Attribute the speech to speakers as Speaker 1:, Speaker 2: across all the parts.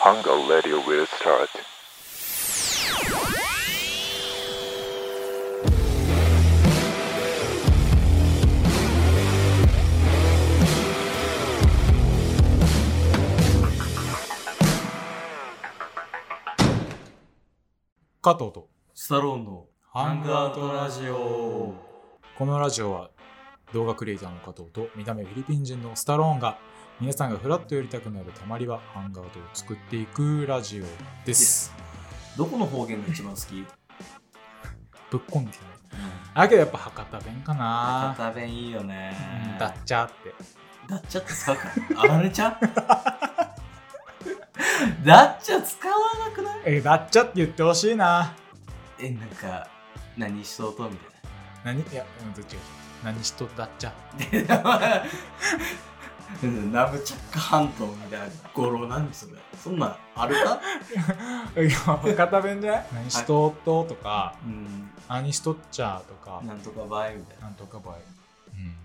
Speaker 1: Hunger Radio will start.
Speaker 2: 加藤と
Speaker 3: スタローンのハングアウトラジオ。
Speaker 2: このラジオは動画クリエイターの加藤と見た目フィリピン人のスタローンが皆さんがフラッと寄りたくなるたまりはハンガートを作っていくラジオです。
Speaker 3: どこの方言が一番好き、
Speaker 2: ぶっこんできたね。だけどやっぱ博多弁かな。
Speaker 3: 博多弁いいよね
Speaker 2: うんだっちゃって。
Speaker 3: だっちゃって使うかあられちゃだっちゃ使わなくない
Speaker 2: え、だっちゃって言ってほしいな。
Speaker 3: え、なんか、何しとうとみ
Speaker 2: 何いや、うん、どっちがいい何しとだっちゃ。
Speaker 3: たいな。うんナムチャック半島みたいな語呂なんですよね。そんなんあるか
Speaker 2: いや博多弁じゃない何しとっととか、
Speaker 3: うん、
Speaker 2: 何しとっちゃとか、
Speaker 3: なんとかバイみたいな。
Speaker 2: なんとかばい。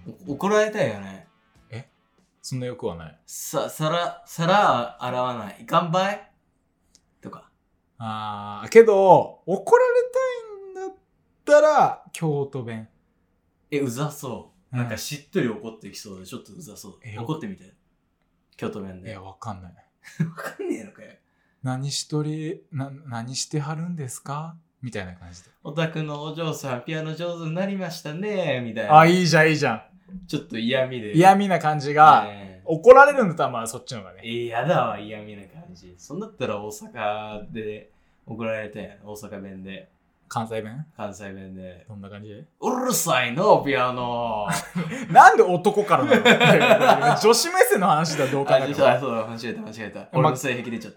Speaker 2: うん。
Speaker 3: お怒られたいよね。
Speaker 2: そんなよくはない。
Speaker 3: さ、皿、皿洗わない。いかんばいとか。
Speaker 2: あーけど、怒られたいんだったら、京都弁。
Speaker 3: え、うざそう。
Speaker 2: うん
Speaker 3: なんかしっとり怒ってきそうで、ちょっとうざそう
Speaker 2: え。
Speaker 3: 怒ってみて。京都弁
Speaker 2: い
Speaker 3: で。
Speaker 2: や、
Speaker 3: わ
Speaker 2: わかんない。
Speaker 3: かんねえのかよ。
Speaker 2: 何しとり、な、何してはるんですかみたいな感じで。
Speaker 3: お宅のお嬢さん、ピアノ上手になりましたね、みたい
Speaker 2: あ、
Speaker 3: な。
Speaker 2: いいじゃん、いいじゃ
Speaker 3: ちょっと嫌味
Speaker 2: ん。
Speaker 3: で。
Speaker 2: 嫌味な感じが、
Speaker 3: ね
Speaker 2: 怒られるんだったら、まあそっちの方が
Speaker 3: え
Speaker 2: ね。
Speaker 3: え、嫌だわ、嫌味な感じ。そんだったら大阪で怒られたやん。大阪弁で、
Speaker 2: 関西弁
Speaker 3: 関西弁で。
Speaker 2: どんな感じ
Speaker 3: うるさいの、ピアノ。
Speaker 2: なんで男からなのいやいや いや女子目線の話だ、どう考
Speaker 3: あ、
Speaker 2: え
Speaker 3: ち
Speaker 2: て
Speaker 3: ょっと、
Speaker 2: も
Speaker 3: あそうだ、間違えた、間違えた。
Speaker 2: ま
Speaker 3: 俺の性癖出ち ゃっ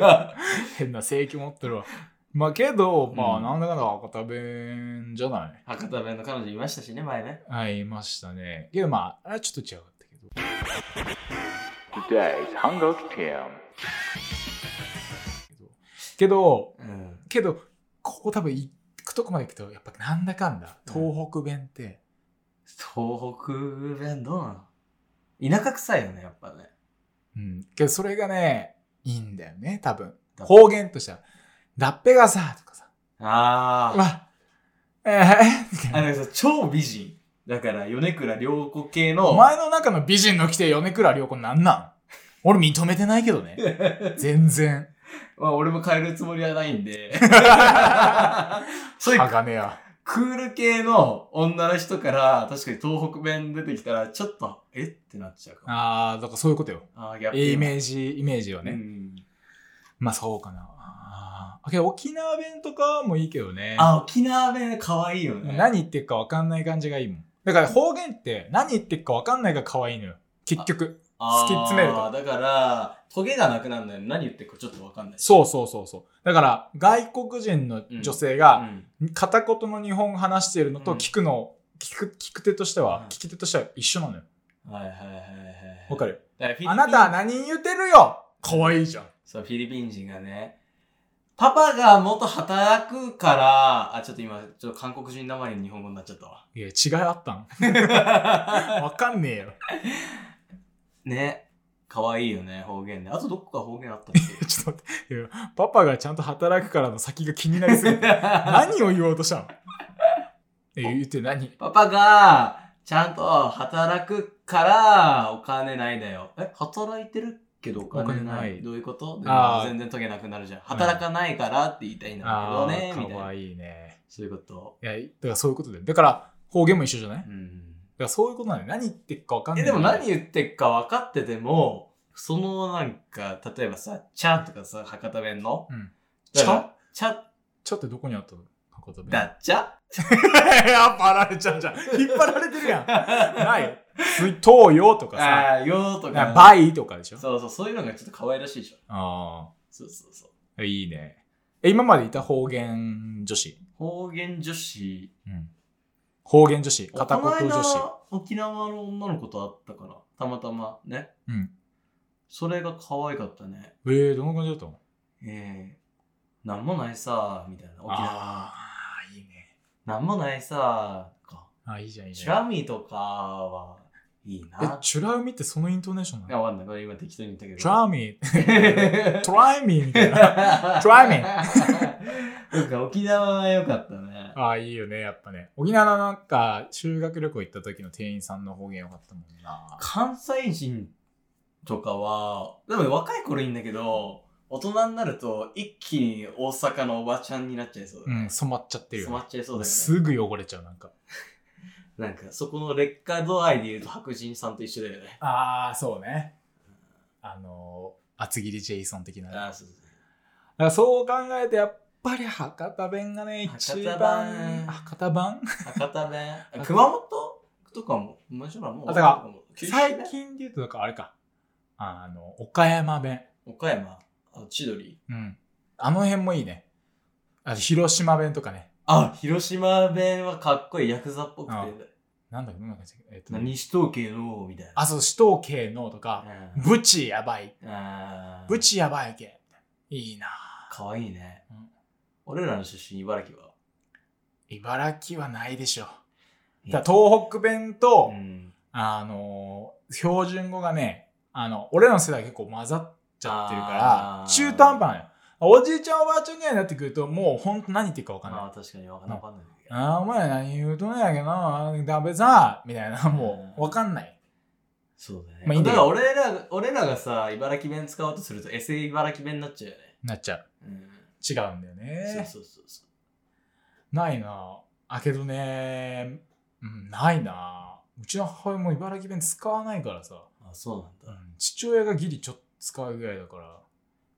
Speaker 3: た。
Speaker 2: 変な性域持ってるわ。まあけど、まあ、
Speaker 3: うん
Speaker 2: なんだかんだ博多弁じゃない。
Speaker 3: 博多弁の彼女いましたしね、前ね。
Speaker 2: はい、いましたね。けどまあ、あれはちょっと違かったけど。
Speaker 1: Today's Hunger Team.
Speaker 2: けど、
Speaker 3: うん。
Speaker 2: けど、ここ多分行くとこまで行くと、やっぱなんだかんだ、東北弁って、
Speaker 3: 東北弁どうなの田舎臭いよね、やっぱね。
Speaker 2: うん、けどそれがね、いいんだよね、多分。
Speaker 3: だ
Speaker 2: 方言としては、だっぺがさ、とかさ、
Speaker 3: ああ。
Speaker 2: わ、えー、みたいな
Speaker 3: あのさ、超美人。だから、米倉涼子系
Speaker 2: お
Speaker 3: の。
Speaker 2: 前の中の美人の来て米倉涼子なんなん俺認めてないけど ね。全 然。
Speaker 3: まあ、俺も変えるつもりはないんで。 そういう
Speaker 2: 鋼や。
Speaker 3: クール系の女の人から、確かに東北弁出てきたら、ちょっと、えってなっちゃうかも。
Speaker 2: あー、だからそういうことよ。
Speaker 3: ああ、ギャップ。
Speaker 2: イメージ、イメージは
Speaker 3: う
Speaker 2: ね。
Speaker 3: ん。
Speaker 2: まあそうかな。あーけど沖縄弁とかもいいけどね。
Speaker 3: あ、沖縄弁可愛いよね。
Speaker 2: 何言ってるか分かんない感じがいいもん。だから方言って何言ってるか分かんないが可愛いのよ。結局。
Speaker 3: あー
Speaker 2: 突き詰めると
Speaker 3: だから、トゲがなくなるんだよね。何言ってるかちょっとわかんない。
Speaker 2: そうそうそうそう。だから外国人の女性が
Speaker 3: ん。
Speaker 2: 片言の日本語話しているの
Speaker 3: う
Speaker 2: と
Speaker 3: ん
Speaker 2: 聞くの、聞く、聞く手としては
Speaker 3: うん、
Speaker 2: 聞き手としては一緒なのよ。
Speaker 3: はいはいはいはい。
Speaker 2: わかる
Speaker 3: だからフィリピン
Speaker 2: あなたは何言ってるよ可愛いじゃん。
Speaker 3: そう、フィリピン人がね、パパがもっと働くから、あ、ちょっと今、ちょっと韓国人なまりの日本語になっちゃっ たわ。
Speaker 2: いや、違いあったん分かんねえよ。
Speaker 3: ね。可愛いよね、方言ね。あとどこか方言あったっけ
Speaker 2: ちょっと待っていや。パパがちゃんと働くからの先が気になりすぎて。何を言おうとしたの え、言って何
Speaker 3: パパが、ちゃんと働くから、お金ないだよ。え、働いてるけどお金な
Speaker 2: お
Speaker 3: い。
Speaker 2: 金ない
Speaker 3: どういうこと
Speaker 2: あー
Speaker 3: 全然解けなくなるじゃん。働かないからって言いたいんだけどね、
Speaker 2: ー
Speaker 3: みたい
Speaker 2: 可
Speaker 3: な。
Speaker 2: 愛いね。
Speaker 3: そういうこと。
Speaker 2: いや、だからそういうことで。だから方言も一緒じゃないだか
Speaker 3: うん。
Speaker 2: らそういうことなんで何言ってっかわかんな
Speaker 3: え、
Speaker 2: い。
Speaker 3: でも何言ってっか分かってても、そのなんか、例えばさ、チャとかさ、博多弁の。
Speaker 2: うん
Speaker 3: だからチャ
Speaker 2: ちょっとどこにあったの博多弁。
Speaker 3: だっちゃ
Speaker 2: やっぱられちゃうじゃん。引っ張られてる やん。 ない。水筒よとかさ。
Speaker 3: ああ、よーとか。
Speaker 2: バイとかでしょ。
Speaker 3: そうそう、そういうのがちょっと可愛らしいでしょ。
Speaker 2: あ
Speaker 3: そうそうそう。
Speaker 2: あ、いいね。え、今までいた方言女子。
Speaker 3: 方言女子。
Speaker 2: うん。方言女子、片
Speaker 3: この
Speaker 2: 言
Speaker 3: 間
Speaker 2: 女子。
Speaker 3: 沖縄の女の子と会ったから、たまたまね。
Speaker 2: うん。
Speaker 3: それが可愛かったね。
Speaker 2: えー、どんな感じだったの
Speaker 3: ええなんもないさー、みたいな。沖縄。
Speaker 2: ああ、いいね。
Speaker 3: なんもないさー、か。
Speaker 2: あ、いいじゃん、いい
Speaker 3: シ
Speaker 2: じゃん。
Speaker 3: ラミとかはいい
Speaker 2: え
Speaker 3: な。、
Speaker 2: チュラウミってそのイントネーションないの
Speaker 3: や、わかんない。これ今適当に言ったけど。
Speaker 2: チュラウ ミ、 トライミーみたいな。
Speaker 3: ト
Speaker 2: Try me.
Speaker 3: そうか、沖縄は良かったね。
Speaker 2: ああ、いいよね、やっぱね。沖縄のなんか、修学旅行行った時の店員さんの方言よかったもんな。
Speaker 3: 関西人とかは、でも若い頃いいんだけど、大人になると一気に大阪のおばちゃんになっちゃいそうだ
Speaker 2: う
Speaker 3: ね。
Speaker 2: ん、染まっちゃってるよ
Speaker 3: 染
Speaker 2: ね、
Speaker 3: まっちゃいそうだよね。
Speaker 2: すぐ汚れちゃう、なんか。
Speaker 3: なんか、そこの劣化度合いで言うと白人さんと一緒だよね。
Speaker 2: ああ、そうね。あのー、厚切りジェイソン的な。だか
Speaker 3: あそうそうそう
Speaker 2: らそう考えて、やっぱり博多弁がね、一
Speaker 3: 博多
Speaker 2: 番。
Speaker 3: 弁
Speaker 2: 博多弁
Speaker 3: 博多弁。あ熊本とかも、もちろんもう。
Speaker 2: あだから
Speaker 3: もう九州弁
Speaker 2: 最近で言うと、なんかあれか。あの、岡山弁。
Speaker 3: 岡山、あ千鳥。
Speaker 2: うん。あの辺もいいね。あ広島弁とかね。
Speaker 3: あ、広島弁はかっこいい、ヤクザっぽくて。
Speaker 2: あなんだっけなんだっけえっとね、
Speaker 3: 西東京の、みたいな。
Speaker 2: あ、そう、死闘系のとか、
Speaker 3: うん
Speaker 2: ブチやばい。
Speaker 3: あー
Speaker 2: ブチやばいけ。いいな
Speaker 3: かわいいね、
Speaker 2: うん
Speaker 3: 俺らの出身茨城は
Speaker 2: 茨城はないでしょ。
Speaker 3: いや
Speaker 2: だから東北弁と、
Speaker 3: ん
Speaker 2: あのー標準語がね、あの、俺らの世代結構混ざっちゃってるから
Speaker 3: あ、ー
Speaker 2: 中途半端なのよ。おじいちゃんおばあちゃんぐらいになってくると、もうほんと何言ってるかわかんない。
Speaker 3: まあ確かにわかんないわかんないけど
Speaker 2: あーお前何言うとんやけどな、食べさ、みたいな、もう、わかんない。
Speaker 3: そうだね、
Speaker 2: まあいいんだ
Speaker 3: だ
Speaker 2: け
Speaker 3: か
Speaker 2: ど
Speaker 3: ら俺ら俺らがさ茨城弁使おうとするとエセ茨城弁になっちゃうよね
Speaker 2: なっちゃう。
Speaker 3: うん
Speaker 2: 違うんだよね。
Speaker 3: そうそうそうそう
Speaker 2: ないなあけどね、うん、ないなうちの母親も茨城弁使わないからさ、
Speaker 3: あそう
Speaker 2: う
Speaker 3: なんだ
Speaker 2: ん、父親がギリちょっと使うぐらいだから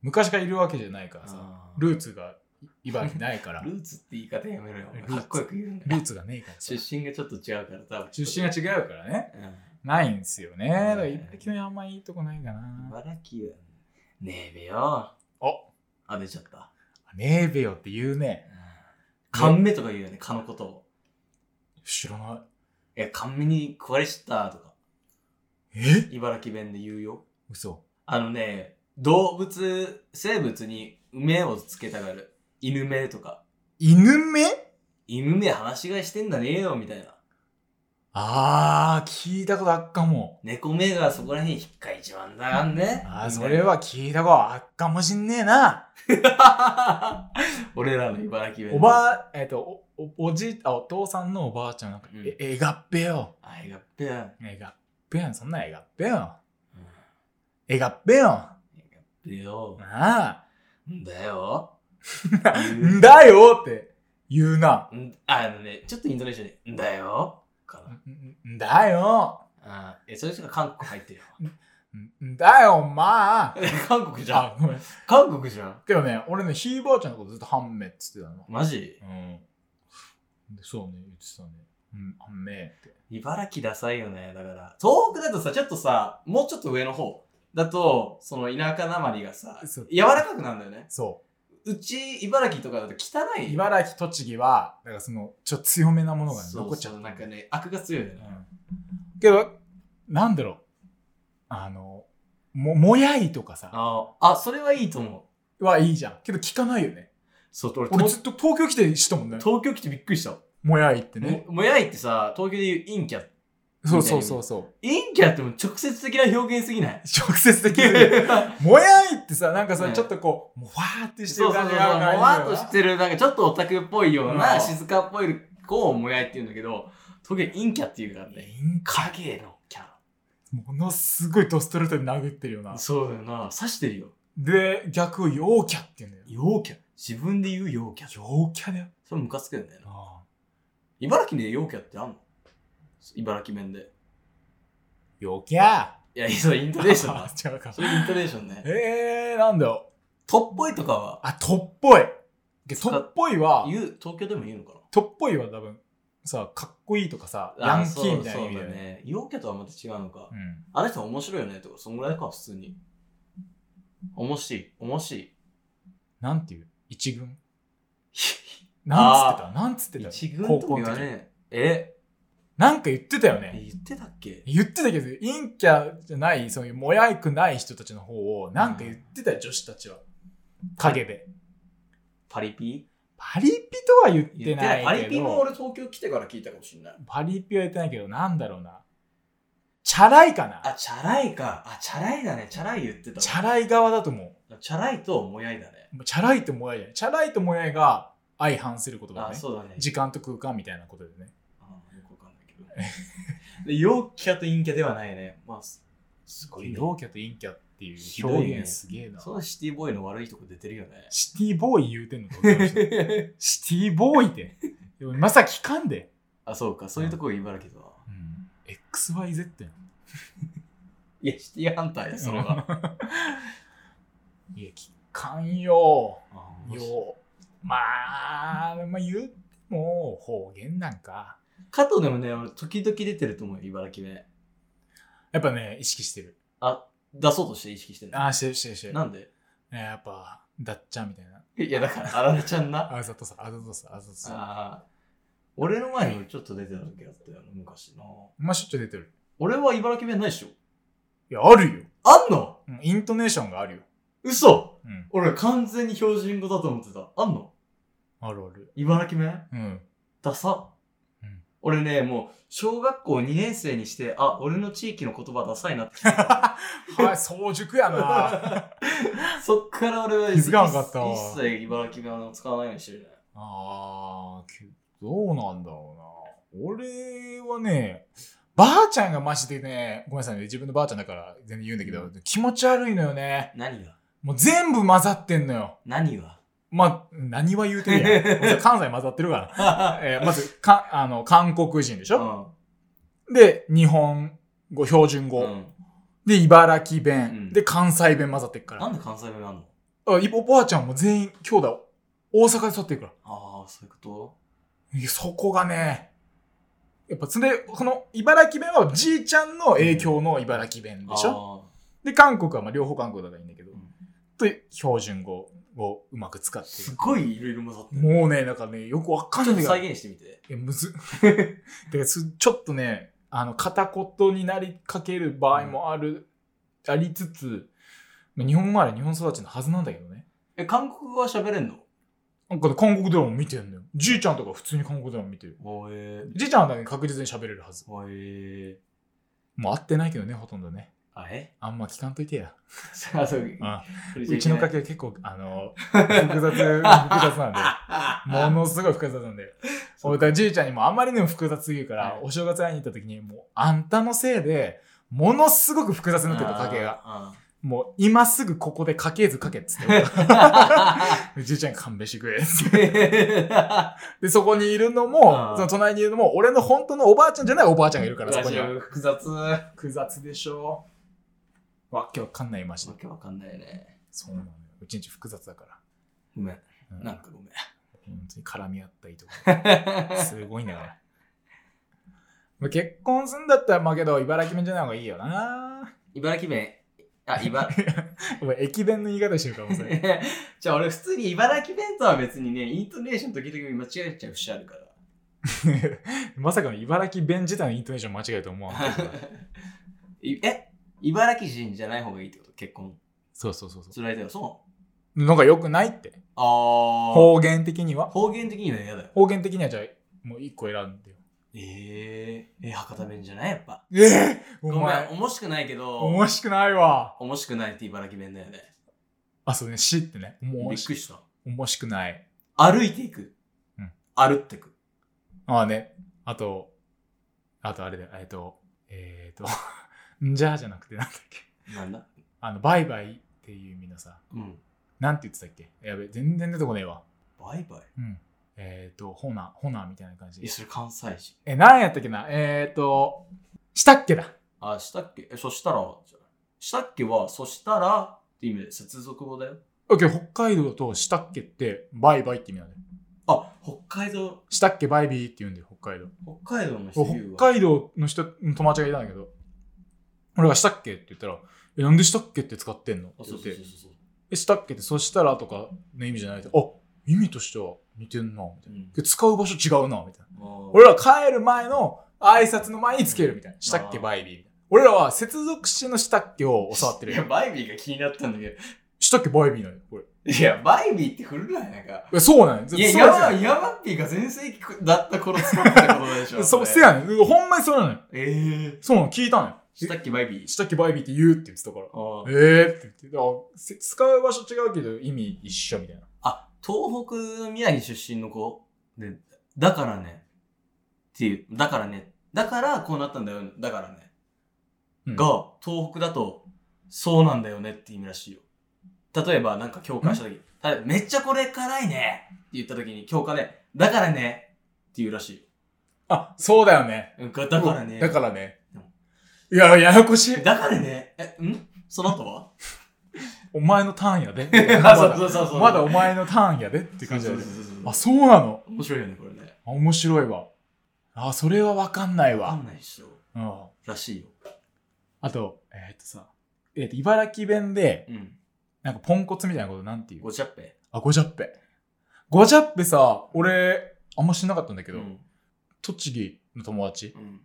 Speaker 2: 昔からいるわけじゃないからさ
Speaker 3: あー
Speaker 2: ルーツが茨城ないから
Speaker 3: ルーツって言い方やめろよ
Speaker 2: ルーツ
Speaker 3: かっこよく言うんだ
Speaker 2: ルーツがねえからさ
Speaker 3: 出身がちょっと違うから多分
Speaker 2: 出身が違うからね
Speaker 3: うん
Speaker 2: ないんすよねだから
Speaker 3: うん
Speaker 2: 茨城にあんまいいとこないかな
Speaker 3: 茨城はねえべよ
Speaker 2: お
Speaker 3: あ出ちゃった
Speaker 2: ねえべよって言うね
Speaker 3: 勘目とか言うよね蚊のことを
Speaker 2: 知らない
Speaker 3: いや勘目に食われちゃったとか
Speaker 2: え
Speaker 3: 茨城弁で言うよ
Speaker 2: 嘘
Speaker 3: あのね動物生物に目をつけたがる犬目とか
Speaker 2: 犬目
Speaker 3: 犬目話し飼いしてんだねえよみたいな
Speaker 2: あー聞いたことあっかも
Speaker 3: 猫目がそこら辺引っかいちまうんだかんね
Speaker 2: あー
Speaker 3: みたいな
Speaker 2: それは聞いたことあっかもしんねえな。
Speaker 3: 俺らの茨城弁
Speaker 2: おばあ、えっ、と、お、おおじい、あ、お父さんのおばあちゃんなんか、
Speaker 3: うん
Speaker 2: え、えがっぺよ。
Speaker 3: あいがっぺやうん
Speaker 2: えがっぺよ。そんなえがっぺよ。えがっぺよ。あ
Speaker 3: えがっぺよ
Speaker 2: あ、
Speaker 3: ん だよ
Speaker 2: んだよって言うな。
Speaker 3: んあのねちょっとイントネーションで「んだよ」かなん
Speaker 2: んだよ。
Speaker 3: あえそれしか韓国入 ってるよ
Speaker 2: んんだよ、まあ。
Speaker 3: 韓国じゃん
Speaker 2: あ、ごめん。
Speaker 3: 韓国じゃん
Speaker 2: けどね、俺ね、ひいばあちゃんのことずっとハンメっつってたの。
Speaker 3: マジ
Speaker 2: うん。でそうね、言ってたね。うん、ハンメって。
Speaker 3: 茨城ダサいよねだから東北だとさちょっとさもうちょっと上の方だとその田舎なまりがさ
Speaker 2: そう
Speaker 3: 柔らかくなるんだよね
Speaker 2: そう。
Speaker 3: うち茨城とかだと汚い
Speaker 2: 茨城栃木はなんかそのちょっと強めなものが
Speaker 3: そう
Speaker 2: 残っちゃう
Speaker 3: そうなんかね悪が強いよね
Speaker 2: うんけどなんだろうあのももやいとかさ
Speaker 3: ああそれはいいと思う
Speaker 2: はいいじゃんけど聞かないよね
Speaker 3: そう俺
Speaker 2: 俺
Speaker 3: 東
Speaker 2: ずっと東京来て知ったもんね
Speaker 3: 東京来てびっくりした、
Speaker 2: もやいってね
Speaker 3: ももやいってさ東京で言う陰キャ
Speaker 2: そうそうそうそう
Speaker 3: 陰キャってもう直接的な表現すぎ ない
Speaker 2: 直接的
Speaker 3: そう
Speaker 2: にもやいってさなんかさ、
Speaker 3: ね
Speaker 2: ちょっとこうもわーってして
Speaker 3: そうそ
Speaker 2: る
Speaker 3: うそ
Speaker 2: 感じ
Speaker 3: うも
Speaker 2: があるからいいんだ
Speaker 3: わ
Speaker 2: よ
Speaker 3: っ
Speaker 2: な
Speaker 3: としてるなんかちょっとオタクっぽいような、
Speaker 2: うん
Speaker 3: 静かっぽい子をもやいって言うんだけど東京陰キャっていうからね
Speaker 2: いい
Speaker 3: 影のキャ
Speaker 2: ものすごいドストレートに殴ってるよな
Speaker 3: ラ。そうだよな。刺してるよ。
Speaker 2: で逆を陽キャって言うんだよ
Speaker 3: 陽キャ。自分で言う陽キャ。
Speaker 2: 陽キャだよ
Speaker 3: それムカつくよね。
Speaker 2: ああ
Speaker 3: 茨城で陽キャってあんの茨城弁で。
Speaker 2: 陽キャ。
Speaker 3: いや、それイントネーションだ
Speaker 2: 違うか
Speaker 3: それイントネーションね。
Speaker 2: えー、なんだよ。
Speaker 3: とっぽいとかは、
Speaker 2: あ、とっぽい。で
Speaker 3: 使
Speaker 2: と
Speaker 3: っ
Speaker 2: っぽいは、
Speaker 3: 言う、東京でも言うのかな
Speaker 2: とっぽいは多分、さ、かっこいいとかさ、
Speaker 3: あ
Speaker 2: ヤンキーみたいな意味だ
Speaker 3: そうそう
Speaker 2: よ
Speaker 3: だ
Speaker 2: ね。
Speaker 3: ね。陽キャとはまた違うのか
Speaker 2: う。ん。
Speaker 3: あの人面白いよねとか、そんぐらいか、普通に。面白い、面白い。
Speaker 2: なんていう一軍なんつってたなんつってた
Speaker 3: 一軍とか言わ
Speaker 2: 高校の時
Speaker 3: ねえ。
Speaker 2: なんか言ってたよ
Speaker 3: え、
Speaker 2: ね。
Speaker 3: 言ってたっけ
Speaker 2: 言ってたけど、陰キャじゃない、そういうもやいくない人たちの方を、なんか言ってたよ、女子たちは。陰で。
Speaker 3: パリピ
Speaker 2: パリピとは言って
Speaker 3: 言って
Speaker 2: な
Speaker 3: ない
Speaker 2: けど。
Speaker 3: い。パリピも俺東京来てから聞いたかもしれない。
Speaker 2: パリピは言ってないけど、なんだろうな。チャラいか
Speaker 3: あ、
Speaker 2: な。
Speaker 3: チャラいか。あ、チャラいだね。チャラい言ってたわ。
Speaker 2: チャラい側だと思
Speaker 3: チャラいともやいだね。
Speaker 2: う。チャラいともやいじゃない。チャラいともやいが相反する言葉
Speaker 3: あ、
Speaker 2: ね。
Speaker 3: そうだね。
Speaker 2: 時間と空間みたいなことでね。
Speaker 3: あよくわかんないけど。 で陽キャと陰キャではないね。まあ、すすごいね。
Speaker 2: 陽キャと陰キャってい
Speaker 3: ひ
Speaker 2: う
Speaker 3: どいね
Speaker 2: 表現すげえな。
Speaker 3: そのシティボーイの悪いとこ出てるよね。
Speaker 2: シティボーイ言うてんのか俺の人シティボーイって。でもまさきかんで。
Speaker 3: あ、そうか。そういうとこが茨城だわ。
Speaker 2: うん、XYZ やん。
Speaker 3: いや、シティ反対だ、それは。
Speaker 2: いや、きかんよ。
Speaker 3: あ
Speaker 2: よ。まあ、まあ言うても方言なんか。
Speaker 3: 加藤でもね、俺、時々出てると思うよ、茨城で。
Speaker 2: やっぱね、意識してる。
Speaker 3: 出そうとして意識してる。
Speaker 2: ああ、してるしてるしてる。
Speaker 3: なんで
Speaker 2: えーやっぱ、だっちゃんみたいな。
Speaker 3: いや、だから、あられちゃんな。あ
Speaker 2: あざとさ、あざとさ、あざとさ。
Speaker 3: あー。俺の前にもちょっと出てた時あったよ、昔な。
Speaker 2: まあ、しょっちゅう出てる。
Speaker 3: 俺は茨城弁ないでしょ。
Speaker 2: いや、あるよ。
Speaker 3: あんの
Speaker 2: うんイントネーションがあるよ。
Speaker 3: 嘘
Speaker 2: うん。
Speaker 3: 俺完全に標準語だと思ってた。あんの
Speaker 2: あるある。
Speaker 3: 茨城弁
Speaker 2: うん。
Speaker 3: ダサ、
Speaker 2: うん
Speaker 3: 俺ね、もう、小学校2年生にして、あ、俺の地域の言葉ダサいなって気づいた。
Speaker 2: はい、早熟やな。
Speaker 3: そっから俺は
Speaker 2: 気づかなかったわ
Speaker 3: 一切茨城弁を使わないようにしてるね。
Speaker 2: あー、けどうなんだろうな。俺はね、ばあちゃんがマジでね、ごめんなさいね、自分のばあちゃんだから全然言うんだけど、気持ち悪いのよね。
Speaker 3: 何が
Speaker 2: もう全部混ざってんのよ。
Speaker 3: 何が
Speaker 2: まあ、何は言うてるやん。もうそ れ関西混ざってるから。えーまず、か、あの、韓国人でし
Speaker 3: う
Speaker 2: ょ、
Speaker 3: ん。
Speaker 2: で、日本語、標準語。
Speaker 3: うん。
Speaker 2: で、茨城弁。
Speaker 3: うん
Speaker 2: で、関西弁混ざってっか
Speaker 3: な
Speaker 2: ら。
Speaker 3: んで関西弁あんの
Speaker 2: あ、いおばあちゃんも全員、兄弟、大阪で育ってるから。
Speaker 3: ああ、そういうこ
Speaker 2: いやそこがね、やっぱ、それで、この茨城弁はじいちゃんの影響の茨城弁
Speaker 3: と
Speaker 2: でしょ、で、韓国はまあ両方韓国だからいいんだけど、
Speaker 3: うん
Speaker 2: と、標準語をうまく使っ
Speaker 3: あー
Speaker 2: て
Speaker 3: す
Speaker 2: る。
Speaker 3: ごいいろいろ混ざってる。
Speaker 2: もうね、なんかね、よくわかん
Speaker 3: ちょ
Speaker 2: な
Speaker 3: っ
Speaker 2: い
Speaker 3: と
Speaker 2: けど
Speaker 3: 再現してみて。
Speaker 2: いや、むずっ。 だからすちょっとね、あの、片言になりかける場合もある、ありつつ、まあ日本生まれ、日本育ちのはずなんだけどね。
Speaker 3: え、韓国語は喋れんの
Speaker 2: なんかね、韓国ドラマ見てんのよ。じいちゃんとか普通に韓国ドラマ見てる。
Speaker 3: おえー。
Speaker 2: じいちゃんは、ね、確実に喋れるはず。
Speaker 3: おえー。
Speaker 2: もう会ってないけどね、ほとんどね。
Speaker 3: あえ
Speaker 2: あんま聞かんといてや。
Speaker 3: あ、そう。
Speaker 2: あ
Speaker 3: そう
Speaker 2: うちの家系結構、あの、 複雑、複雑なんで。ものすごい複雑 なんで。
Speaker 3: そう
Speaker 2: 俺だからじいちゃんにもあんまりにも複雑すぎるから、
Speaker 3: はい
Speaker 2: お正月会いに行った時に、もうあんたのせいで、ものすごく複雑になってた家計が。
Speaker 3: が。
Speaker 2: もう今すぐここで家系図書けっつって。
Speaker 3: あ
Speaker 2: じいちゃん勘弁してくれっつって。
Speaker 3: ー
Speaker 2: で、そこにいるのも
Speaker 3: あ、ー
Speaker 2: その隣にいるのも、俺の本当のおばあちゃんじゃないおばあちゃんがいるから、 そこには。
Speaker 3: 複雑。わ
Speaker 2: 複雑でしょ。わっけわかんない、マジで。
Speaker 3: けわかんないね。
Speaker 2: そうなのよ。うちんち複雑だから。
Speaker 3: ごめん。
Speaker 2: うん
Speaker 3: なんかごめん。
Speaker 2: 本当に絡み合ったりとか。すごいんだから。まあ結婚すんだったら、まあけど、茨城弁じゃない方がいいよな。
Speaker 3: 茨城弁。あ、 茨
Speaker 2: お前、駅弁の言い方してるかもしれ ない。
Speaker 3: じゃあ俺普通に茨城弁とは別にね、イントネーション時々間違えちゃう節あるから。
Speaker 2: まさかの茨城弁自体のイントネーション間違えると思わんかったか ら。
Speaker 3: いえ茨城人じゃない方がいいってこと結婚
Speaker 2: そうそうそうそ
Speaker 3: する相手はそう
Speaker 2: う。なんか良くないって。
Speaker 3: ああ
Speaker 2: 方言的には。
Speaker 3: 方言的には嫌だよ
Speaker 2: 方言的にはじゃあ、もう一個選んでよ。
Speaker 3: えー、え博多弁じゃないやっぱ
Speaker 2: ええ
Speaker 3: ご
Speaker 2: お
Speaker 3: めん
Speaker 2: 前、
Speaker 3: 面しくないけど
Speaker 2: おもしくないわ。
Speaker 3: 面しくないって茨城弁だよね
Speaker 2: あ、そうね、しってね。お
Speaker 3: びっく
Speaker 2: も
Speaker 3: り
Speaker 2: し
Speaker 3: した
Speaker 2: おもしくない。
Speaker 3: 歩いていく、
Speaker 2: うん
Speaker 3: 歩ってく
Speaker 2: ああね。あと、あとあれだよ。えっと、えっと、 んじゃーじゃなくてなんだっけ。
Speaker 3: なんだ
Speaker 2: あの、バイバイっていう意味のさ、
Speaker 3: うん
Speaker 2: なんて言ってたっけやべ、全然出てこねえわ。
Speaker 3: バイバイ
Speaker 2: うん。えっ、ー、と、ほな、ほなみたいな感じ
Speaker 3: え。それ関西人
Speaker 2: え、なんやったっけなえっ、ー、と、したっけだ。
Speaker 3: あしたっけえそしたらじゃないしたっけはそしたらって意味で接続語だよ
Speaker 2: オッケー北海道だとしたっけって、バイバイって意味なんだよ。
Speaker 3: あ北海道
Speaker 2: したっけバイビーって言うんだよ、北海道。
Speaker 3: 北海道の人
Speaker 2: 俺
Speaker 3: 言うわ
Speaker 2: 北海道の人、友達がいたんだけど、俺がしたっけって言ったら、え、なんでしたっけって使ってんのって
Speaker 3: あ
Speaker 2: 言
Speaker 3: そう
Speaker 2: っ
Speaker 3: そうそ
Speaker 2: て
Speaker 3: うそ、うそう
Speaker 2: え、したっけって、そしたらとかの意味じゃないと、あ、意味としては似てんな、みたいな。
Speaker 3: うん
Speaker 2: けど使う場所違うな、みたいな。
Speaker 3: あー
Speaker 2: 俺ら帰る前の挨拶の前につけるみたいな。したっけ
Speaker 3: あー
Speaker 2: バイビーみたいな。俺らは接続詞のしたっけを教わってる
Speaker 3: いや、
Speaker 2: よ。
Speaker 3: バイビーが気になったんだけ
Speaker 2: したっけバイビーなのよ、これ。い
Speaker 3: ど。いや、バイビーって古ないなんか。
Speaker 2: や、そうなんよ。
Speaker 3: いや、
Speaker 2: そう
Speaker 3: ヤ
Speaker 2: な
Speaker 3: マ
Speaker 2: んよ
Speaker 3: ヤマッピーが全盛期だった頃使ってたことでしょ。
Speaker 2: そう、
Speaker 3: れ
Speaker 2: せやねん。ほんまにそうなのよ。
Speaker 3: ええ
Speaker 2: そうなの、聞いたのよ。
Speaker 3: したっけバイビー
Speaker 2: したっけバイビーって言うって言ってたから。
Speaker 3: あー
Speaker 2: えーって言って、あせ使う場所違うけど意味一緒みたいな。
Speaker 3: あ東北の宮城出身の子でだからねっていうだからねだからこうなったんだよだからね、
Speaker 2: うん
Speaker 3: が東北だとそうなんだよねって意味らしいよ例えばなんか共感した時例えばめっちゃこれ辛いねって言った時に共感でだからねって言うらしいよ
Speaker 2: あ、そうだよね。
Speaker 3: うんがだからね
Speaker 2: だからね
Speaker 3: でも。
Speaker 2: いや、ややこしい。
Speaker 3: だからねえんその 後は
Speaker 2: お前のターンやで。
Speaker 3: あ そうそうそうそう
Speaker 2: まだお前のターンやでって
Speaker 3: そう
Speaker 2: 感じ
Speaker 3: そ
Speaker 2: だよ
Speaker 3: う
Speaker 2: ね。
Speaker 3: そうそう
Speaker 2: あ、そうなの。
Speaker 3: 面白いよねこれね
Speaker 2: あ面白いわ。あ、それはわかんない
Speaker 3: わか
Speaker 2: わ
Speaker 3: ん。ないでしょ
Speaker 2: うん。
Speaker 3: らしいよ
Speaker 2: あと、えーっとさ、えーっと、茨城弁で、
Speaker 3: うん
Speaker 2: なんかポンコツみたいなことなんていう
Speaker 3: ごちゃっぺ
Speaker 2: あ、ごじゃっぺ。ごじゃっぺさ、俺、あんま知んなかったんだけ
Speaker 3: け
Speaker 2: ど、
Speaker 3: うん
Speaker 2: 栃木の友達
Speaker 3: うん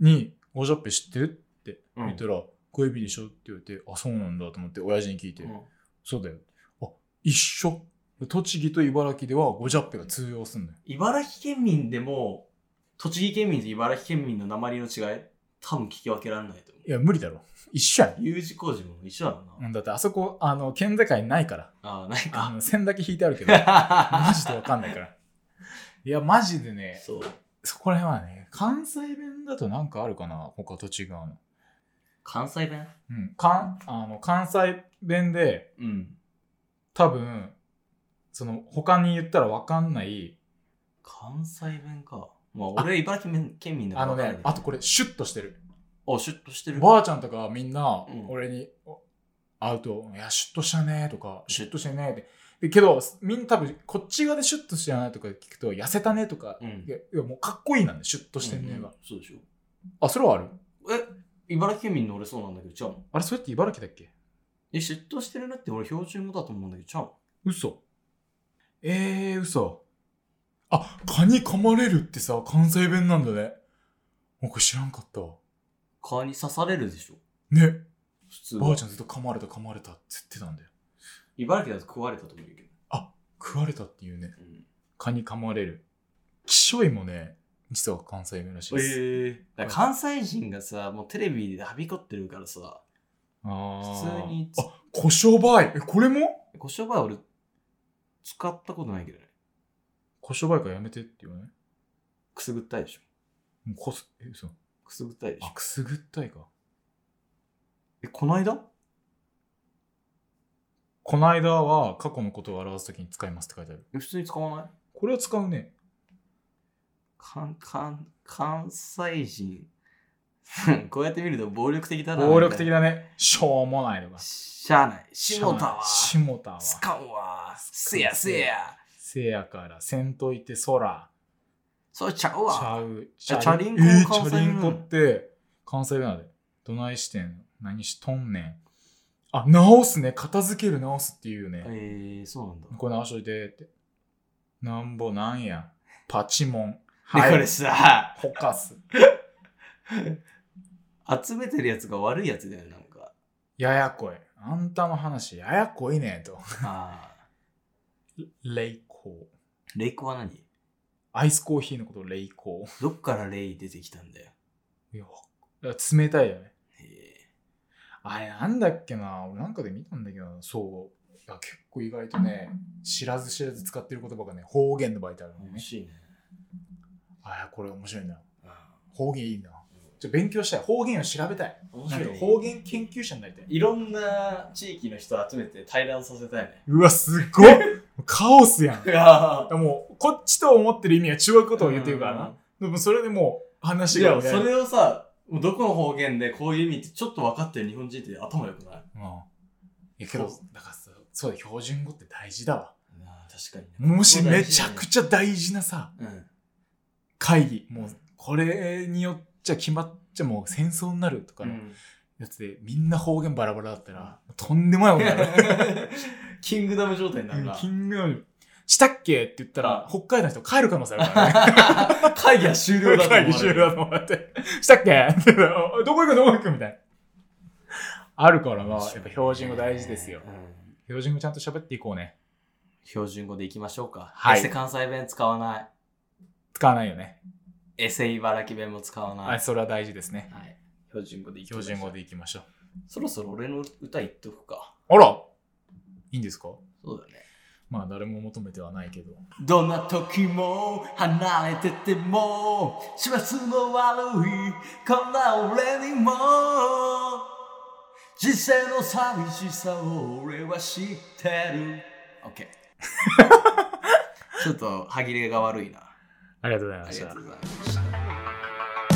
Speaker 2: に、ごじゃっぺ知ってるって
Speaker 3: うん
Speaker 2: 言ったら、小指でしょって言われて、あ、そうなんだと思って、親父に聞いて、そうだよ。あ、一緒。栃木と茨城ではごじゃっぺが通用すんだよ。
Speaker 3: 茨城県民でも栃木県民と茨城県民の鉛の違い多分聞き分けられないと思
Speaker 2: いや、無理だろ。一緒やん
Speaker 3: う U 字工事も一緒だろう
Speaker 2: う
Speaker 3: な、
Speaker 2: ん。だってあそこ、あの、県境ないから。
Speaker 3: ああない
Speaker 2: あ
Speaker 3: か
Speaker 2: の、線だけ引いてあるけ ど、マ
Speaker 3: マ
Speaker 2: ジでわかんないから。いや、マジでね、
Speaker 3: そう
Speaker 2: そこら辺はね、関西弁だとなんかあるかな他と違うの。
Speaker 3: 関西弁
Speaker 2: うん。関、あの、関西弁で、
Speaker 3: うん
Speaker 2: 多分、その、他に言ったらわかんない、
Speaker 3: 関西弁かまあ俺茨城県県民だか
Speaker 2: あ
Speaker 3: ら
Speaker 2: の
Speaker 3: 分かん
Speaker 2: ね、あとこれ、シュッとしてる。
Speaker 3: おシュッとしてる
Speaker 2: ばあちゃんとかみんな
Speaker 3: うん、
Speaker 2: 俺にお会うと、いや、シュッとしたねとか、
Speaker 3: うん
Speaker 2: シュッとしてねって。でけど、みんな多分、こっち側でシュッとしてないとか聞くと、痩せたねとか、
Speaker 3: うん
Speaker 2: いや、いやもうかっこいいなんで、シュッとしてんね
Speaker 3: う
Speaker 2: が。
Speaker 3: そうでしょ
Speaker 2: あ、それはある
Speaker 3: え茨城県民の俺そうなんだけどちゃうの
Speaker 2: あれ、それって茨城だっけ
Speaker 3: え嫉妬してるなって俺標準語だと思うんだけどちゃうの
Speaker 2: 嘘えー、嘘あ蚊に噛まれるってさ関西弁なんだね僕知らんかったわ
Speaker 3: 蚊に刺されるでしょ
Speaker 2: ね
Speaker 3: 普通
Speaker 2: ばあ
Speaker 3: は
Speaker 2: ちゃんずっと噛まれた噛まれたって言ってたんだよ
Speaker 3: 茨城だと食われたと思うけど、
Speaker 2: 食われたっていうね
Speaker 3: うん
Speaker 2: 蚊に噛まれるきしょいもね実は関西弁らしいです、
Speaker 3: ええ関西人がさもうテレビではびこってるからさ
Speaker 2: あー
Speaker 3: 普通に
Speaker 2: あ胡椒ばいえこれも
Speaker 3: 胡椒バー俺使ったことないけどね
Speaker 2: 胡椒ばいからやめてって言わない
Speaker 3: くすぐったいでしょ
Speaker 2: もうこすえ嘘
Speaker 3: くすぐったいでしょ
Speaker 2: あくすぐったいか
Speaker 3: えこないだ
Speaker 2: こないだは過去のことを表すときに使いますって書いてある
Speaker 3: え普通に使わない
Speaker 2: これは使うね
Speaker 3: 関関関西 人こうやって見ると暴力的だな
Speaker 2: 暴力的
Speaker 3: み
Speaker 2: だねしょうもないのが
Speaker 3: たいなしゃあない下田は
Speaker 2: 下田は。
Speaker 3: 使うわせやせや
Speaker 2: せやから、せんといて空。
Speaker 3: そうちゃう
Speaker 2: ち
Speaker 3: わ
Speaker 2: ゃう。
Speaker 3: チャリンコ
Speaker 2: えー
Speaker 3: 関西
Speaker 2: チャリンコ
Speaker 3: 弁
Speaker 2: って、関西弁なんで。どないしてん何しとんねん。あ、直すね。片付ける直すっていうね。
Speaker 3: えー、そうなんだ
Speaker 2: これ直しといてって。なんぼなんや。パチモ ン。
Speaker 3: でこれさ
Speaker 2: ほかす。
Speaker 3: 集めてるやつが悪いやつだよねなんか
Speaker 2: ややこい。あんたの話、ややこいねと。
Speaker 3: ああ
Speaker 2: レイコー。
Speaker 3: レイコは何
Speaker 2: アイスコーヒーのことをレイコ
Speaker 3: どっからレイ出てきたんだよ
Speaker 2: ー。いや、冷たいよね。
Speaker 3: へえ
Speaker 2: あれなんだっけな俺なんかで見たんだけどなそういや結構意外とね知らず知らず使ってる言葉がね方言の場合ってあるの
Speaker 3: 面
Speaker 2: ね
Speaker 3: 白いね
Speaker 2: あこれ面白いな
Speaker 3: ああ
Speaker 2: 方言いいなちょ勉強したい方言を調べたい
Speaker 3: 面
Speaker 2: なん
Speaker 3: 白
Speaker 2: か
Speaker 3: いね
Speaker 2: 方言研究者になりたい
Speaker 3: いろんな地域の人集めて対談させたいね
Speaker 2: うわすっごいカオスやん
Speaker 3: や
Speaker 2: もうこっちと思ってる意味は違うことを言ってるからなでもそれでもう話
Speaker 3: い
Speaker 2: が
Speaker 3: やそれをさもうどこの方言でこういう意味ってちょっと分かってる日本人って頭良くない
Speaker 2: うんいやけど
Speaker 3: そ
Speaker 2: だからさそうだ標準語って大事だわ
Speaker 3: ああ確かにね
Speaker 2: もしめちゃくちゃ大事なさ
Speaker 3: うん
Speaker 2: 会議もうこれによっちゃ決まっちゃもう戦争になるとか
Speaker 3: う
Speaker 2: の
Speaker 3: ん
Speaker 2: やつでみんな方言バラバラだったらとんでもないことになる
Speaker 3: キングダム状態になるな
Speaker 2: キングダムしたっけって言ったら
Speaker 3: あ
Speaker 2: 北海道の人帰る可能性あるからね
Speaker 3: 会議は終了だと思われ
Speaker 2: 会
Speaker 3: る
Speaker 2: 議 終了だと思ってしたっけって言ったらおどこ行くどこ行くみたいなあるからなやっぱ標準語大事ですよ
Speaker 3: うん
Speaker 2: 標準語ちゃんと喋っていこうね
Speaker 3: 標準語でいきましょうか。
Speaker 2: はい
Speaker 3: エセ関西弁使わない。
Speaker 2: 使わないよね
Speaker 3: エセ茨城弁も使わな
Speaker 2: あ
Speaker 3: い。
Speaker 2: それは大事ですね
Speaker 3: はい、標準語でいきま
Speaker 2: 標
Speaker 3: しょう
Speaker 2: 準語でいきましょう。
Speaker 3: そろそろ俺の歌言っとくか。
Speaker 2: あらいいんですか
Speaker 3: そうだね。
Speaker 2: まあ誰も求めてはないけど。
Speaker 3: どんな時も離れてても始末の悪いこんな俺にも人生の寂しさを俺は知ってる OK ちょっと歯切れが悪いな
Speaker 2: ありがとうござい
Speaker 3: あ
Speaker 2: ま
Speaker 3: り
Speaker 2: し
Speaker 3: が
Speaker 2: た
Speaker 3: と。うございました